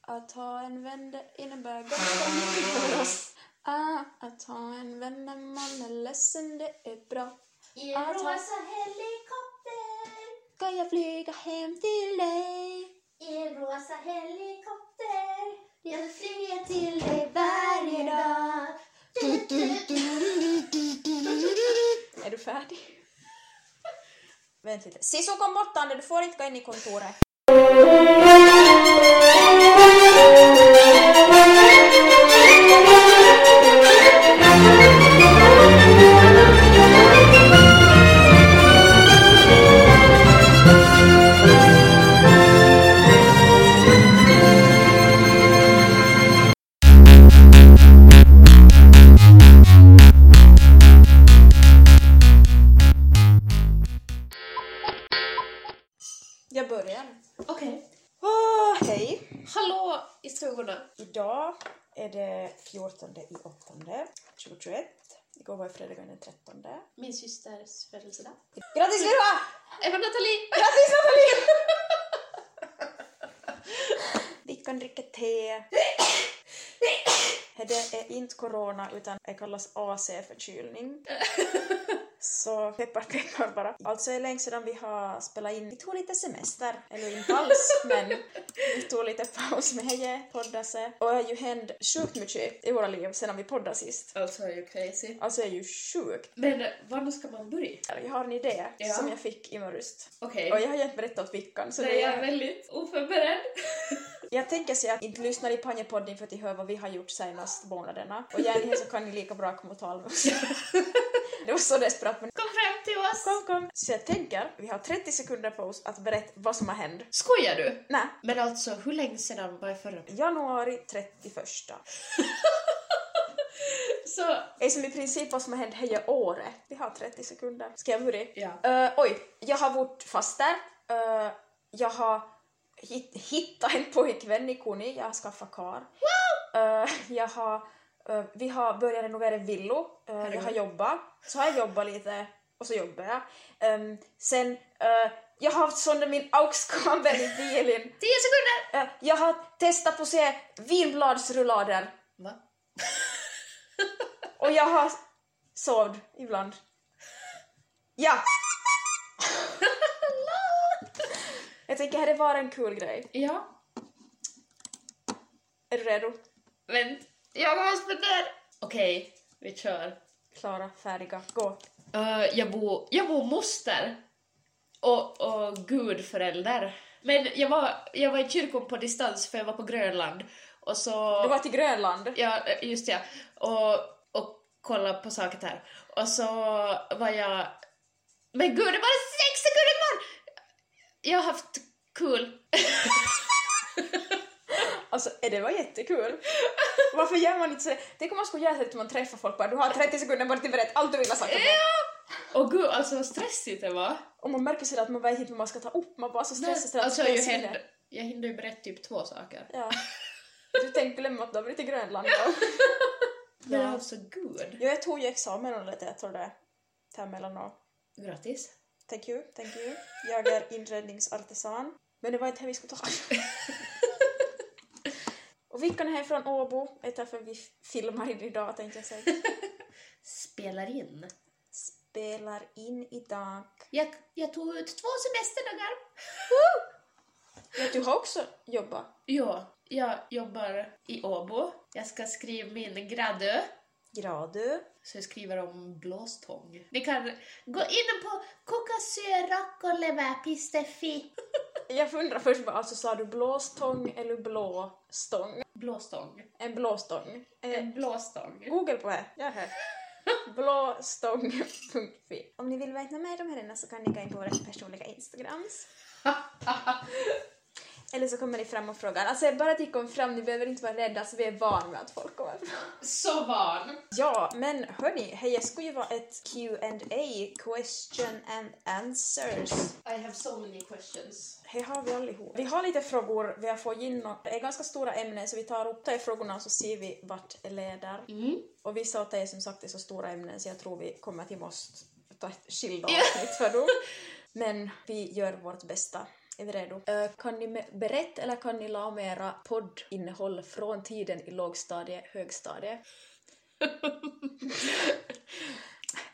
Att ha en vän det innebär gott om mycket för oss. Ah, att ha en vän när man är ledsen det är bra. I en Ja, tack. rosa helikopter, Ska jag flyga hem till dig? i en rosa helikopter. Jag vill flyga till dig varje dag. Du, du, du. Är du färdig? Vänta lite. Sisu kom bortande, du får inte gå in i kontoret. Jag börjar. Okej. Åh, hej! Hallå i stugorna. Idag är det 14 i 8 2021. Igår var fredagen den 13. Min systers födelsedag. Grattis Vilma! Även Nathalie! Grattis Nathalie! Vi kan dricka te. Det är inte corona utan det kallas AC-förkylning. Så peppar peppar bara. Alltså det är länge sedan vi har spelat in. Vi tog lite semester. Eller inte alls men vi tog lite paus med Heje, poddade sig. Och det har ju hänt sjukt mycket i våra liv sedan vi poddade sist. Alltså är ju crazy. Alltså det är ju sjukt. Men eh, var ska man börja? Jag har en idé Ja. som jag fick i morse. Okej. Och jag har ju inte berättat åt Vickan så Nej, det jag är väldigt oförberedd. Jag tänker säga att inte lyssna i Panjepodden för att hör vad vi har gjort senaste månaderna. Och gärna här så kan ni lika bra komma och tala med oss. Det var så desperat men Kom fram till oss! kom kom. Så jag tänker, vi har 30 sekunder på oss att berätta vad som har hänt. Skojar du? Nej, Men alltså, hur länge sedan var det förra? januari 31. Så... Det är som i princip vad som har hänt hela året. Vi har 30 sekunder. Ska jag börja? Ja. Eh, oj, jag har varit fast där. Eh, jag har hit, hittat en pojkvän i Kuni, jag har skaffat kar. Eh, jag har, eh, vi har börjat renovera villor, Eh, jag har jobbat, så har jag jobbat lite och så jobbar jag. Ehm, sen, eh, jag har haft sönder min aux-kabel i bilen. Tio sekunder! Eh, jag har testat på att se vinbladsrullader Va? och jag har sovd ibland. Ja! Jag tänker här det var en kul grej. Ja. Är du redo? Vänt. Jag måste fundera. Okej, vi kör. Klara, färdiga, gå. Eh, jag, bor, jag bor moster och, och gudförälder. Men jag var, jag var i kyrkan på distans för jag var på Grönland. Och så... Du var till Grönland. Ja, just det. Och, och kolla på saker där. Och så var jag... Men gud, det var sex sekunder kvar! Jag har haft kul. Alltså eh, det var jättekul. Varför gör man inte så? Tänk om man skulle göra så att man träffar folk bara du har 30 sekunder bara till att berätta allt du vill ha sagt. om mig." Och gud, alltså vad stressigt det var. Och man märker sådär att man vet inte vad man ska ta upp, man bara så stressad. så att alltså, man jag, ska se hinner, det. jag hinner ju berätta typ två saker. Ja. Du tänkte glömma att du har varit i Grönland då. Men Ja. alltså gud. Jo, jag tog ju examen under lite, jag tror det. Termellan och... Grattis. Thank you, thank you. Jag är inredningsartisan. Men det var inte här vi skulle ta. Och Vickan är här från Åbo, det är därför vi f- filmar idag tänkte jag säga. Spelar in. Spelar in idag. Jag, jag tog ut två semesterdagar. Men du har också jobbat. Ja, jag jobbar i Åbo. Jag ska skriva min gradö. Gradu. Så jag skriver om blåstång. Ni kan gå in på kokasörakkoleva.fi Jag funderar först bara, alltså sa du blåstång eller blåstång? Blåstång. En blåstång. Eh, En blåstång. Google på det. Gör det. Blåstång.fi Om ni vill veta mer om herrarna så kan ni gå in på våra personliga Instagrams. oh. Eller så kommer ni fram och frågar. Alltså bara att ni kom fram, ni behöver inte vara rädda, alltså vi är vana med att folk kommer fram. Så van! Ja, men hörni, hej, jag skulle ju vara ett Q&A, question and answers. I have so many questions. Här har vi allihop. Vi har lite frågor vi har fått in och det är ganska stora ämnen så vi tar upp de här frågorna så ser vi vart det leder. Mm. Och vissa av det är som sagt är så stora ämnen så jag tror vi kommer till måste ta ett skilda avsnitt för dem. Men vi gör vårt bästa. Är vi redo? Eh, kan ni me- berätta eller kan ni laumera poddinnehåll från tiden i lågstadiet, högstadiet?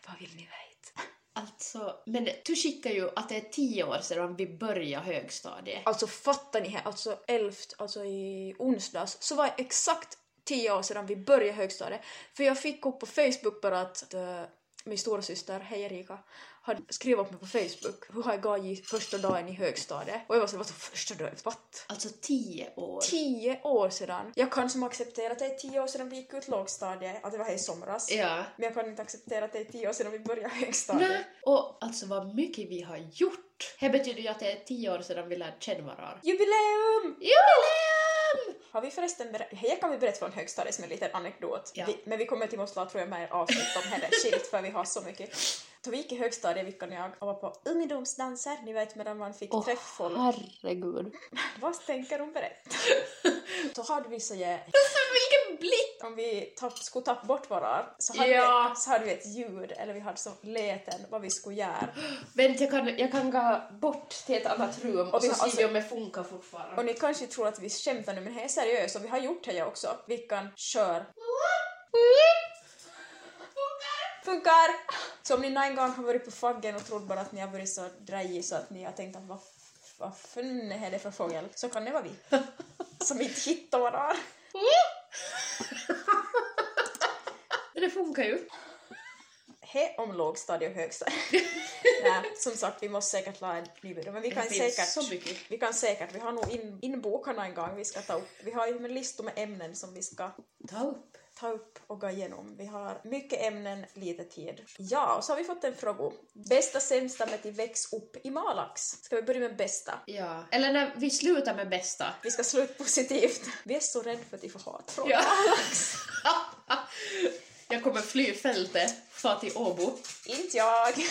Vad vill ni veta? Alltså, men du skickar ju att det är tio år sedan vi började högstadiet. Alltså fattar ni här? Alltså 11, alltså i onsdags, så var det exakt 10 år sedan vi började högstadiet. För jag fick upp på Facebook bara att eh, min stora syster, hej Erika, hade skrivit upp mig på Facebook hur har jag gagit första dagen i högstadiet. Och jag var så vad då första dagen? What? Alltså tio år. Tio år sedan. Jag kan som acceptera att det är tio år sedan vi gick ut lågstadiet, att det var här i somras. Ja. Men jag kan inte acceptera att det är tio år sedan vi började högstadiet. Nej. Och alltså vad mycket vi har gjort. Det betyder ju att det är tio år sedan vi lärde känna varandra. Jubileum! Jubileum! Har vi förresten berättat, här kan vi berätta från högstadiet som en liten anekdot. Ja. Vi, men vi kommer till måste ha, tror jag, mer avsnitt om henne skilt för vi har så mycket. Då vi gick i högstadiet, Vickan och jag, och var på ungdomsdanser, ni vet medan man fick Åh, träffa folk. herregud. Vad tänker hon berätta? Då hade vi så ge- Vilken blick! om vi tapp, skulle tappa bort varandra så hade, Ja. vi, så hade vi ett ljud, eller vi hade så leten vad vi skulle göra. Vänta, jag kan, jag kan gå bort till ett annat rum och, Och vi så alltså- har- ser vi om det funkar fortfarande. Och ni kanske tror att vi skämtar nu men här är seriöst och vi har gjort det här också. Vickan, kör! Funkar! Så om ni någon gång har varit på faggen och trott bara att ni har varit så drejig så att ni har tänkt att vad, vad fan är det för fågel? Så kan det vara vi. Som inte hittar varandra. det funkar ju. He om lågstadie och högstadie. Nej, som sagt, vi måste säkert la en ny video. Men vi kan det finns säkert... så mycket. Vi kan säkert, vi har nog in, inbokarna en gång vi ska ta upp. Vi har ju en lista med ämnen som vi ska Ta upp. ta upp och gå igenom. Vi har mycket ämnen, lite tid. Ja, och så har vi fått en fråga. Bästa sämstammet i Väx upp i Malax? Ska vi börja med bästa? Ja. Eller när vi slutar med bästa. Vi ska sluta positivt. Vi är så rädda för att vi får hat från Ja. Malax. jag kommer fly fältet, far till Åbo. Inte jag.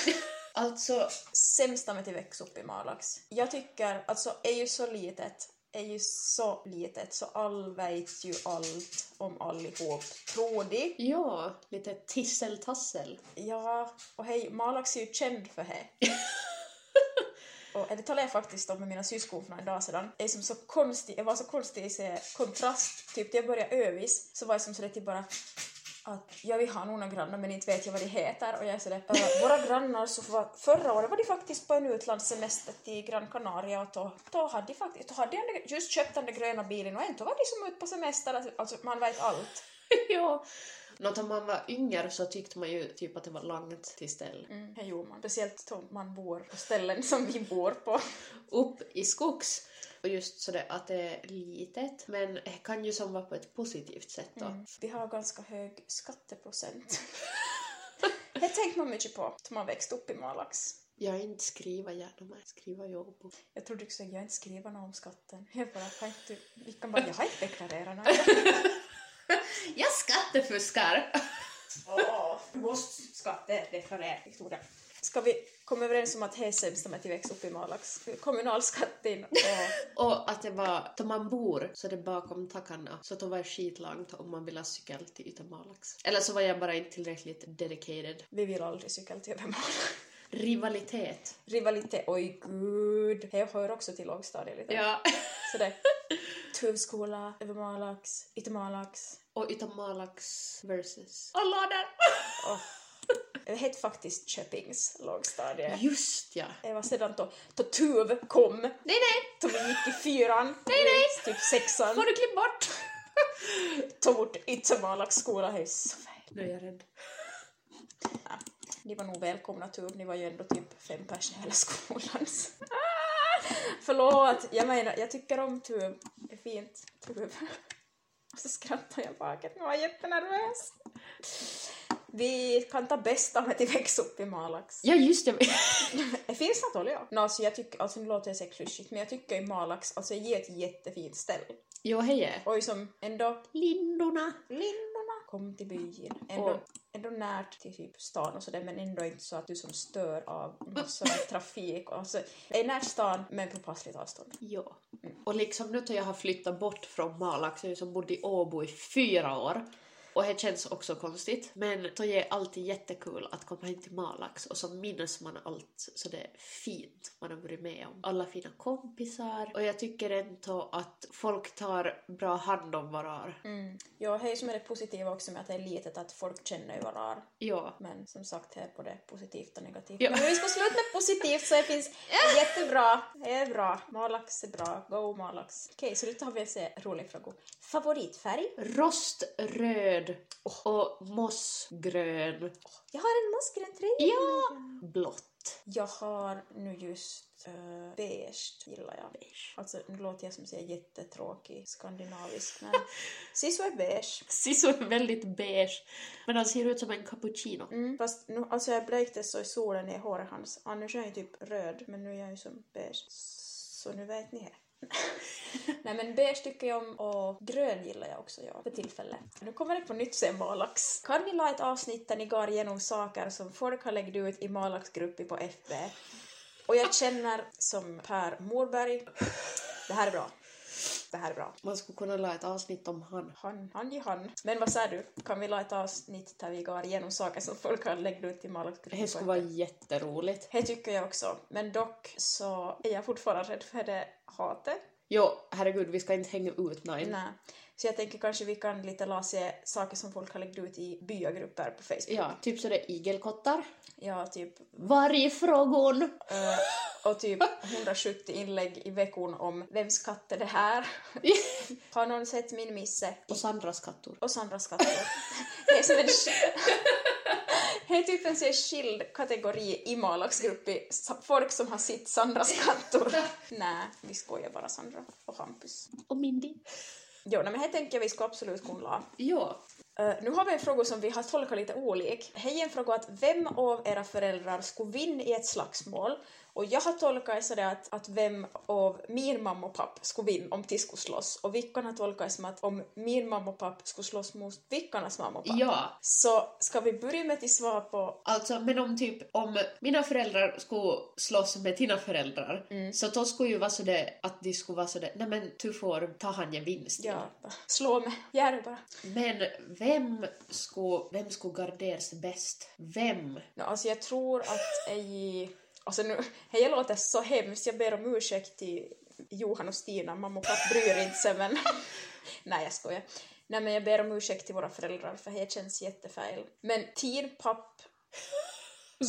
Alltså, Sämstammet i Väx upp i Malax. Jag tycker, alltså, är ju så litet är ju så litet så all vet ju allt om allihop, tror de. ja, lite tisseltassel. Ja, och hej, Malax är ju känd för det. och det talade jag faktiskt om med mina syskon för en dag sedan. Det är som så konstigt, det var så konstig i sig kontrast, typ när jag började övis så var det som så det typ bara att jag vill ha några grannar men inte vet jag vad de heter och jag är sådär, äh, våra grannar så var, förra året var de faktiskt på en utlandssemester till Gran Canaria och då, då hade de faktiskt, då hade de just köpt den där gröna bilen och ändå var de som ute på semester, alltså man vet allt. ja. Något om man var yngre så tyckte man ju typ att det var långt till ställ. Mm, det gjorde man. Speciellt om man bor på ställen som vi bor på. Upp i skogs. Och just sådär att det är litet, men det kan ju som vara på ett positivt sätt då. Mm. Vi har ganska hög skatteprocent. Det tänkte man mycket på när man växte upp i Malax. Jag är inte skriva gärna med, skriva Åbo. Jag trodde du sa jag inte skriver något om skatten. Jag bara, kan inte, vi kan bara, jag har inte deklarerat något. Jag skattefuskar! Du måste skattedeklarera, Victoria. Ska vi komma överens om att det är sämst om att vi växte upp i Malax? Kommunalskatten och... Och att det var, då man bor så det är bakom tackarna, så då var det skitlångt om man ville cykla till Yttermalax. Eller så var jag bara inte tillräckligt dedicated. Vi vill aldrig cykla till Övermalax. Rivalitet. Rivalitet, oj gud. Det hör också till lågstadiet lite. Ja. Sådär. Tuvskola, Övermalax, Yttermalax. Och Yttermalax versus... Alla där! Det hette faktiskt Köpings lågstadie. Just ja! Det var sedan då, då Tuv kom, Nej, nej! då vi gick i fyran, nej, nej. typ Får sexan, du klipp bort! tog bort Yttermalax skola. Det är så fel. Nu är jag rädd. Ni var nog välkomna Tuv, ni var ju ändå typ fem pers i hela skolan. så- Ah! Förlåt, jag menar, jag tycker om Tuv. Det är fint, Tuv. Och så skrattar jag bakåt, nu var jag jättenervös. Vi kan ta bästa med att växa upp i Malax. Ja, just det! Det finns något olja. No, alltså jag tycker, alltså nu låter jag säkert klyschigt, men jag tycker ju Malax, alltså det är ett jättefint ställe. Jo, hej är. Och som ändå Lindorna! lindorna kom till byn. Ändå, Och- ändå närt till typ stan och sådär, men ändå inte så att du som stör av massor av trafik. Och så, det är närt stan, men på passligt avstånd. Ja. Och liksom nu när jag har flyttat bort från Malax, jag som bodde i Åbo i fyra år, Och det känns också konstigt. Men det är alltid jättekul att komma hem till Malax och så minns man allt så det är fint man har varit med om. Alla fina kompisar och jag tycker ändå att folk tar bra hand om varar. Mm. Ja, det är ju som är det positiva också med att det är litet, att folk känner ju varar. Ja. Men som sagt, här är både positivt och negativt. Ja. Men vi ska sluta med positivt så det finns jättebra. Det är bra. Malax är bra. Go Malax. Okej, så nu tar vi en se- rolig fråga. Favoritfärg? Roströd och mossgrön. Jag har en mossgrön tröja. Ja. Blått. Jag har nu just uh, beige, gillar jag. Beige. Alltså, nu låter jag som säger jättetråkig skandinavisk, men sisu är beige. Sisu är väldigt beige, men han ser ut som en cappuccino. Mm. Fast nu, alltså jag blökte så i solen i håret hans. Annars är jag ju typ röd, men nu är jag ju som beige. Så nu vet ni det. Nej men beige tycker jag om och grön gillar jag också jag för tillfället. Nu kommer det på nytt sen Malax. Kan vi la ett avsnitt där ni går igenom saker som folk har lagt ut i Malax-gruppen på FB? Och jag känner som Per Morberg. Det här är bra. Det här är bra. Man skulle kunna lära ett avsnitt om han. Han, han ju han. Men vad säger du? Kan vi la ett avsnitt där vi går igenom saker som folk har lagt ut i Malax-gruppen? Det skulle vara jätteroligt. Det tycker jag också. Men dock så är jag fortfarande rädd för det hatet. Jo, herregud, vi ska inte hänga ut nej. Nej. Så jag tänker kanske vi kan lite la se saker som folk har lagt ut i byagrupper på Facebook. Ja, typ sådär igelkottar. Ja, typ. Vargfrågor. eh, och typ 170 inlägg i veckan om vems katt är det här? har någon sett min misse? Och Sandras kattor. Och Sandras katter. det är som en... sk- Det är typ en sån här skild kategori i Malax-grupp i s- folk som har sett Sandras kattor. Nej, vi skojar bara Sandra och Hampus. Och Mindy. Jo, nej, men här tänker jag vi ska absolut kunna la. Jo. Eh, nu har vi en fråga som vi har tolkat lite olik. Hej en fråga att vem av era föräldrar skulle vinna i ett slagsmål? Och jag har tolkat det sådär att, att vem av min mamma och pappa skulle vinna om de skulle slåss. Och Vickan har tolkat det som att om min mamma och pappa skulle slåss mot Vickarnas mamma och pappa. Ja. Så ska vi börja med att svara på... Alltså, men om typ om mina föräldrar skulle slåss med dina föräldrar så då skulle ju vara sådär att de skulle vara sådär, nej men du får ta han jag vinst i." Ja, slå mig. Gör det bara. Men vem skulle, vem skulle garderas bäst? Vem? No, alltså jag tror att ej... Alltså nu, hej jag låter så hemskt, jag ber om ursäkt till Johan och Stina, mamma och pappa bryr inte sig men... Nej jag skojar. Nej men jag ber om ursäkt till våra föräldrar för det känns jättefel. Men till papp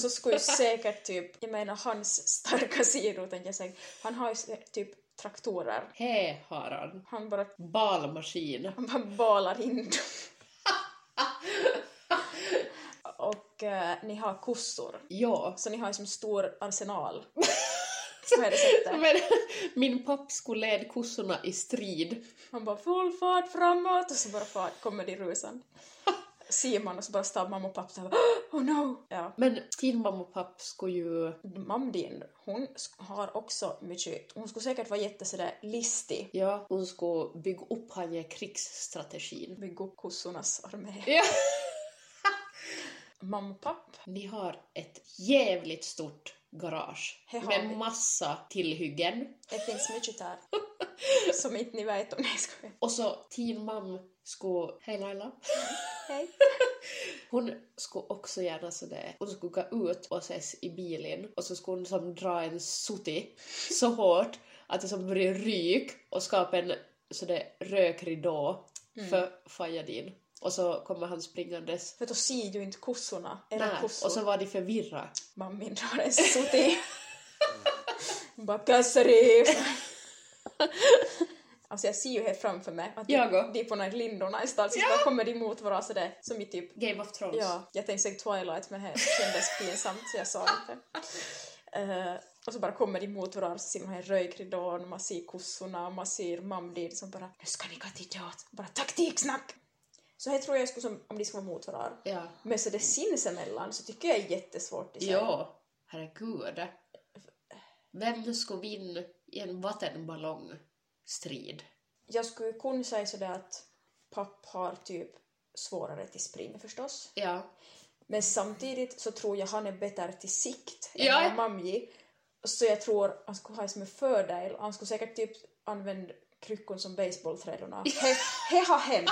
så skulle ju säkert typ, jag menar hans starka sidor tänker jag säga, han har ju s- typ traktorer. Hej har han. Han bara, Balmaskin. han bara balar in dem. Och eh, ni har kossor. Ja. Så ni har ju som stor arsenal. På det sättet. Men min papp skulle leda kossorna i strid. Man bara full fart framåt och så bara fart, kommer de rusande. Ser man och så bara står mamma och pappa såhär oh no! Ja. Men din mamma och papp skulle ju... Mam din, hon sk- har också mycket, hon skulle säkert vara jätte sådär listig. Ja, hon skulle bygga upp han i krigsstrategin. Bygga upp kossornas armé. Ja. Mamma och pappa, Ni har ett jävligt stort garage Det har vi. med massa tillhyggen. det finns mycket där. Som inte ni vet om ni ska Och så din mamma skulle... Hej Laila. Hej. Hon skulle också gärna sådär, hon skulle gå ut och ses i bilen och så skulle hon som dra en sutti så hårt att det som börjar ryk och skapa en sådär rökridå Mm. för Fajadin. Och så kommer han springandes. För då ser ju inte kossorna, era Där. Och kossor. så var de förvirrade. Mammin har en soti. Hon bara kasseri. Alltså jag ser ju här framför mig att Jag de, och. de är på de här lindorna i stan så bara kommer de emot varandra sådär som i typ, Game of Thrones. ja, jag tänkte säga Twilight men det kändes pinsamt så jag sa inte. Eh, och så bara kommer de emot varandra så ser man den här rökridån, man ser kossorna, man ser mamdin som bara nu ska ni gå till död, bara taktiksnack! Så här tror jag skulle som om de skulle vara mot varandra. Ja. Men så det sinsemellan så tycker jag är jättesvårt i sig. ja. Herregud. Vem skulle vinna i en vattenballongstrid? Jag skulle kunna säga sådär att papp har typ svårare till spring förstås. Ja. Men samtidigt så tror jag han är bättre till sikt Ja. än vad Mamji. Så jag tror han skulle ha det som en fördel. Han skulle säkert typ använda kryckon som baseballträdorna. He, he har hänt.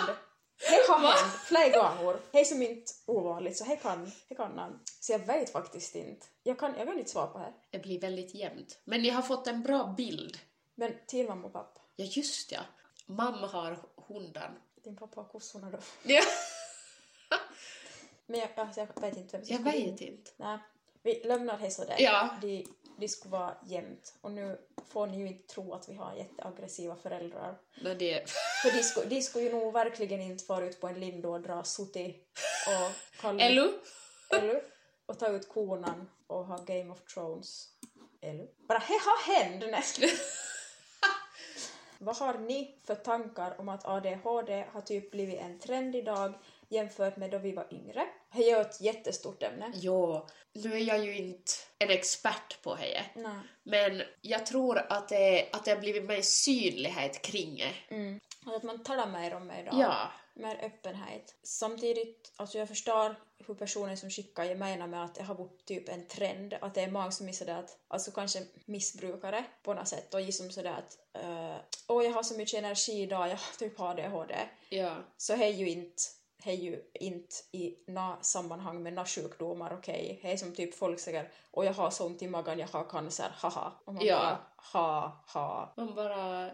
Det har hänt flera gånger. Det är som inte ovanligt, så det kan, det kan han. Så jag vet faktiskt inte. Jag kan, jag kan inte svara på det. här. Det blir väldigt jämnt. Men jag har fått en bra bild. Men till mamma och pappa. Ja, just ja. Mamma har hunden. Din pappa har kossorna då. Ja, Men jag, alltså, jag vet inte vem som jag skulle vet vinna. inte. Nej, vi lämnar det sådär. Ja. Det, det skulle vara jämnt. Och nu får ni ju inte tro att vi har jätteaggressiva föräldrar. Men det... För de skulle, de skulle ju nog verkligen inte fara ut på en lind och dra sutti och kalla Ello? Eller? Och ta ut konan och ha Game of Thrones. Eller? Bara he har hänt nästan. Vad har ni för tankar om att ADHD har typ blivit en trend idag jämfört med då vi var yngre? Det är ju ett jättestort ämne. Ja, nu är jag ju inte en expert på det. Nej. Men jag tror att det, att det har blivit mer synlighet kring det. Mm. Alltså att man talar mer om det idag. Ja. Mer öppenhet. Samtidigt, alltså jag förstår hur personen som skickar jag menar med att det har varit typ en trend, att det är många som är sådär att, alltså kanske missbrukare på något sätt och som sådär att eh, åh jag har så mycket energi idag, jag har typ ADHD. ja. Så det är ju inte, det är ju inte i nå sammanhang med nå sjukdomar, okej. Det är som typ folk säger åh jag har så ont i magen, jag har cancer, haha. Och man Ja. bara ha, ha. Man bara...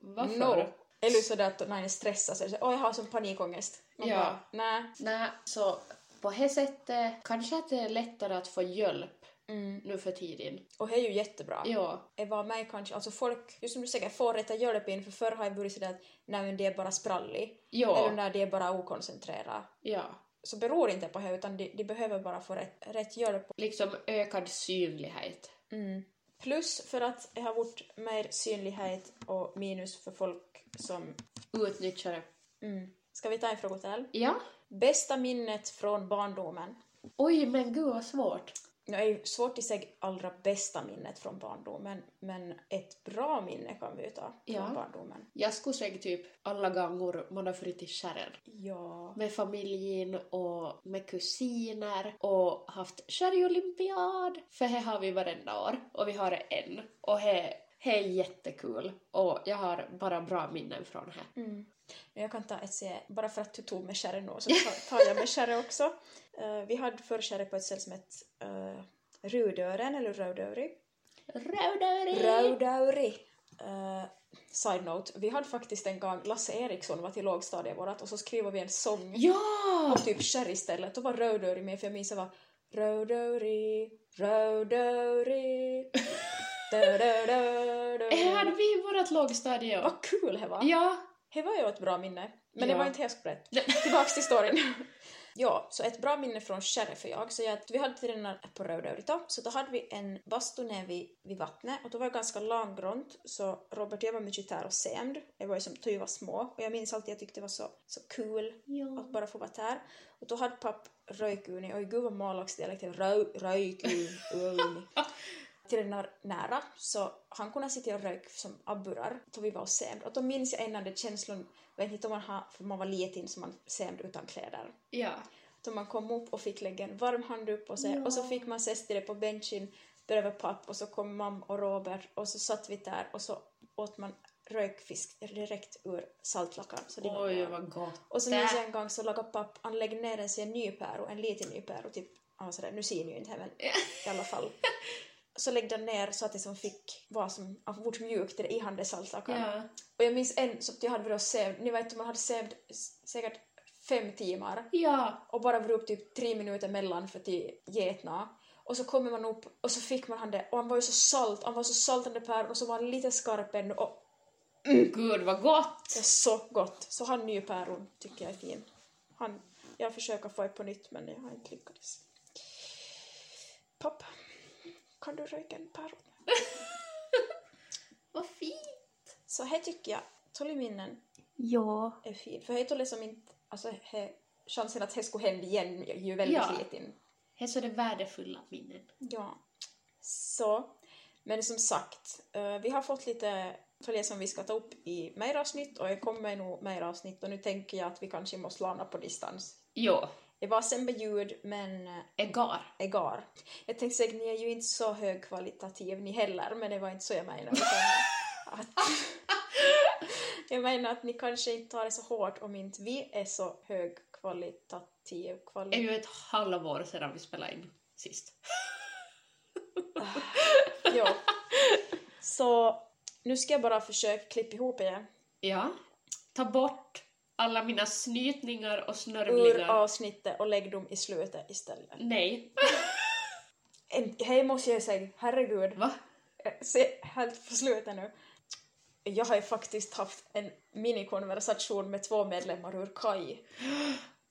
Varför? No. Eller sådär att när en stressar så är det såhär, åh jag har sån panikångest. Man Ja. bara, nej. Nej, så på det sättet kanske att det är lättare att få hjälp Mm. nu för tiden. Och det är ju jättebra. Ja. Det var mig kanske, alltså folk, just som du säger, får rätta hjälp in för förr har jag varit sådär att nej men det är bara sprallig. Eller Ja. när det är bara okoncentrerat. Ja. Så beror inte på det utan de, de behöver bara få rätt, rätt hjälp. Liksom ökad synlighet. Mm. Plus för att det har varit mer synlighet och minus för folk som... Utnyttjare. Mm. Ska vi ta en fråga till? Ja. Bästa minnet från barndomen? Oj, men gud vad svårt. Nu är ju svårt i sig allra bästa minnet från barndomen, men ett bra minne kan vi ju ta från Ja. barndomen. Jag skulle säga typ alla gånger man har flyttat till skärren. Ja. med familjen och med kusiner och haft sherry-olympiad. För här har vi varenda år och vi har en. Och här, här är jättekul och jag har bara bra minnen från här. Mm. Men Jag kan ta ett se, bara för att du tog med kärre nu, så tar- tar jag med kärre också. Eh, vi hade förr kärre på ett ställe som hette uh, Rudören, eller Rödöri. Rödöring! Rödöri! Uh, side note, vi hade faktiskt en gång, Lasse Eriksson var till lågstadiet vårat och så skrev vi en sång Ja! och typ kärr istället. Då var Rödöri med för jag minns det var Rödöri, Rödöri, Här dö-dö-dö-dö. hade vi vårt lågstadie. Vad kul det var! Ja. Det var ju ett bra minne. Men Ja. det var inte helt rätt. Nej. Tillbaks till storyn. ja, så ett bra minne från sheriff och jag. Så jag, vi hade tränar på Rödöri då, så då hade vi en bastu nere vid, vid vattnet och då var det ganska långgrunt så Robert och jag var mycket där och sämd. Jag var ju som då vi var små och jag minns alltid att jag tyckte det var så, så kul ja. att bara få vara där. Och då hade papp röjkuuni, oj gud vad malaxdialekten, röj- röjkuuni. Till den här nära, så han kunde sitta och röjk som abborrar då vi var och sämd. Och då minns jag innan det känslan, vet inte om man har, för man var liten så man sämd utan kläder. ja. Då man kom upp och fick lägga en varm handduk på sig Ja. och så fick man ses till det på benchen bredvid papp och så kom mamma och Robert och så satt vi där och så åt man rökfisk direkt ur saltlakar. Så det var Oj, bra. vad gott. Och så minns jag en gång så lagade papp, han lägger ner en sin nypäro, en liten nypäro, typ, han var sådär, nu ser ni ju inte här men i alla fall. Så lägger den ner så att det som fick var som, av vårt mjukt i handen saltlakar. Ja. Och jag minns en som jag hade varit och sövd, ni vet man hade sövd s- säkert fem timmar Ja. och bara varit upp typ tre minuter mellan för att de getna. Och så kommer man upp och så fick man han det och han var ju så salt, han var så saltande pär och så var han lite skarp ännu och Gud, vad gott. det är så gott. Så han nypäron tycker jag är fin. Han, jag försöker få det på nytt men jag har inte lyckats. Pappa, kan du röka en päron? Vad fint. Så här tycker jag Toliminnen Ja. är fin. För det är liksom inte, alltså he, chansen att det skulle hända igen är ju väldigt Ja. liten. Här är så det värdefulla minnen. Ja. Så. Men som sagt, eh, vi har fått lite följe som vi ska ta upp i mer avsnitt och det kommer nog mer avsnitt och nu tänker jag att vi kanske måste landa på distans. Ja. Det var sämre ljud, men eh, Egar. egar. Jag tänkte säga att ni är ju inte så högkvalitativ ni heller, men det var inte så jag menade. utan Att Jag menar att ni kanske inte tar det så hårt om inte vi är så högkvalitativ Det är kvalitet. ju ett halvår sedan vi spelade in sist. Ah, Jo. Så nu ska jag bara försöka klippa ihop igen. Ja. Ta bort alla mina snytningar och Ur snörvlingar. avsnittet och lägg dem i slutet istället. Nej. En- Hej måste jag säga, herregud. Va? Eh, Se, helt på slutet nu. Jag har ju faktiskt haft en minikonversation med två medlemmar ur KAI.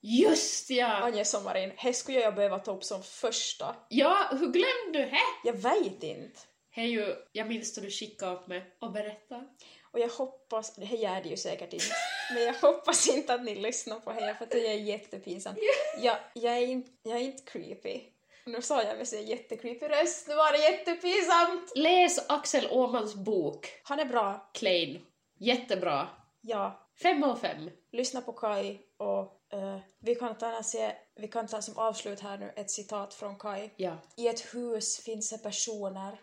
Just ja! Anja Sommarin, här skulle jag behöva ta upp som första. Ja, hur glömde du det? Jag vet inte. Hej ju, jag minns då du skickade åt mig och berättade. Och jag hoppas, det här gör det ju säkert inte, men jag hoppas inte att ni lyssnar på det här för att det är jättepinsamt. Jag, jag, är inte, jag är inte creepy. Nu sa jag med sin jättecreepy röst, nu var det jättepinsamt! Läs Axel Åmans bok Han är bra, Klein. Jättebra. ja. Fem av fem. Lyssna på Kai och eh, vi, kan ta, se, vi kan ta som avslut här nu ett citat från Kai. Ja. I ett hus finns det personer.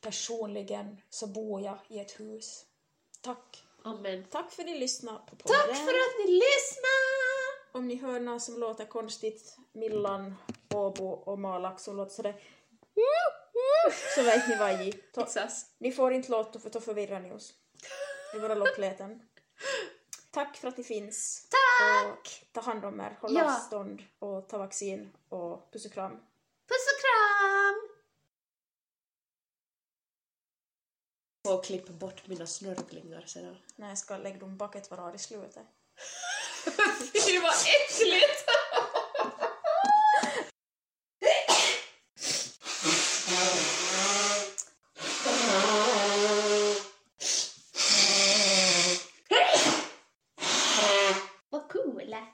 Personligen så bor jag i ett hus. Tack. Amen. Tack för att ni lyssnade på podden. Tack för att ni lyssnade! Om ni hör någon som låter konstigt, Millan, Åbo och Malak som låter sådär så vet ni vad jag Ta- Pixas. Ni får inte låta för då förvirrar ni oss. I våra lockleten. Tack för att ni finns. Tack! Och ta hand om er, håll Ja. avstånd och ta vaccin och puss och kram. Puss och kram! Och klippa bort mina snörvlingar sedan. När jag ska lägga dem bak ett varandra i slutet. Fy vad äckligt!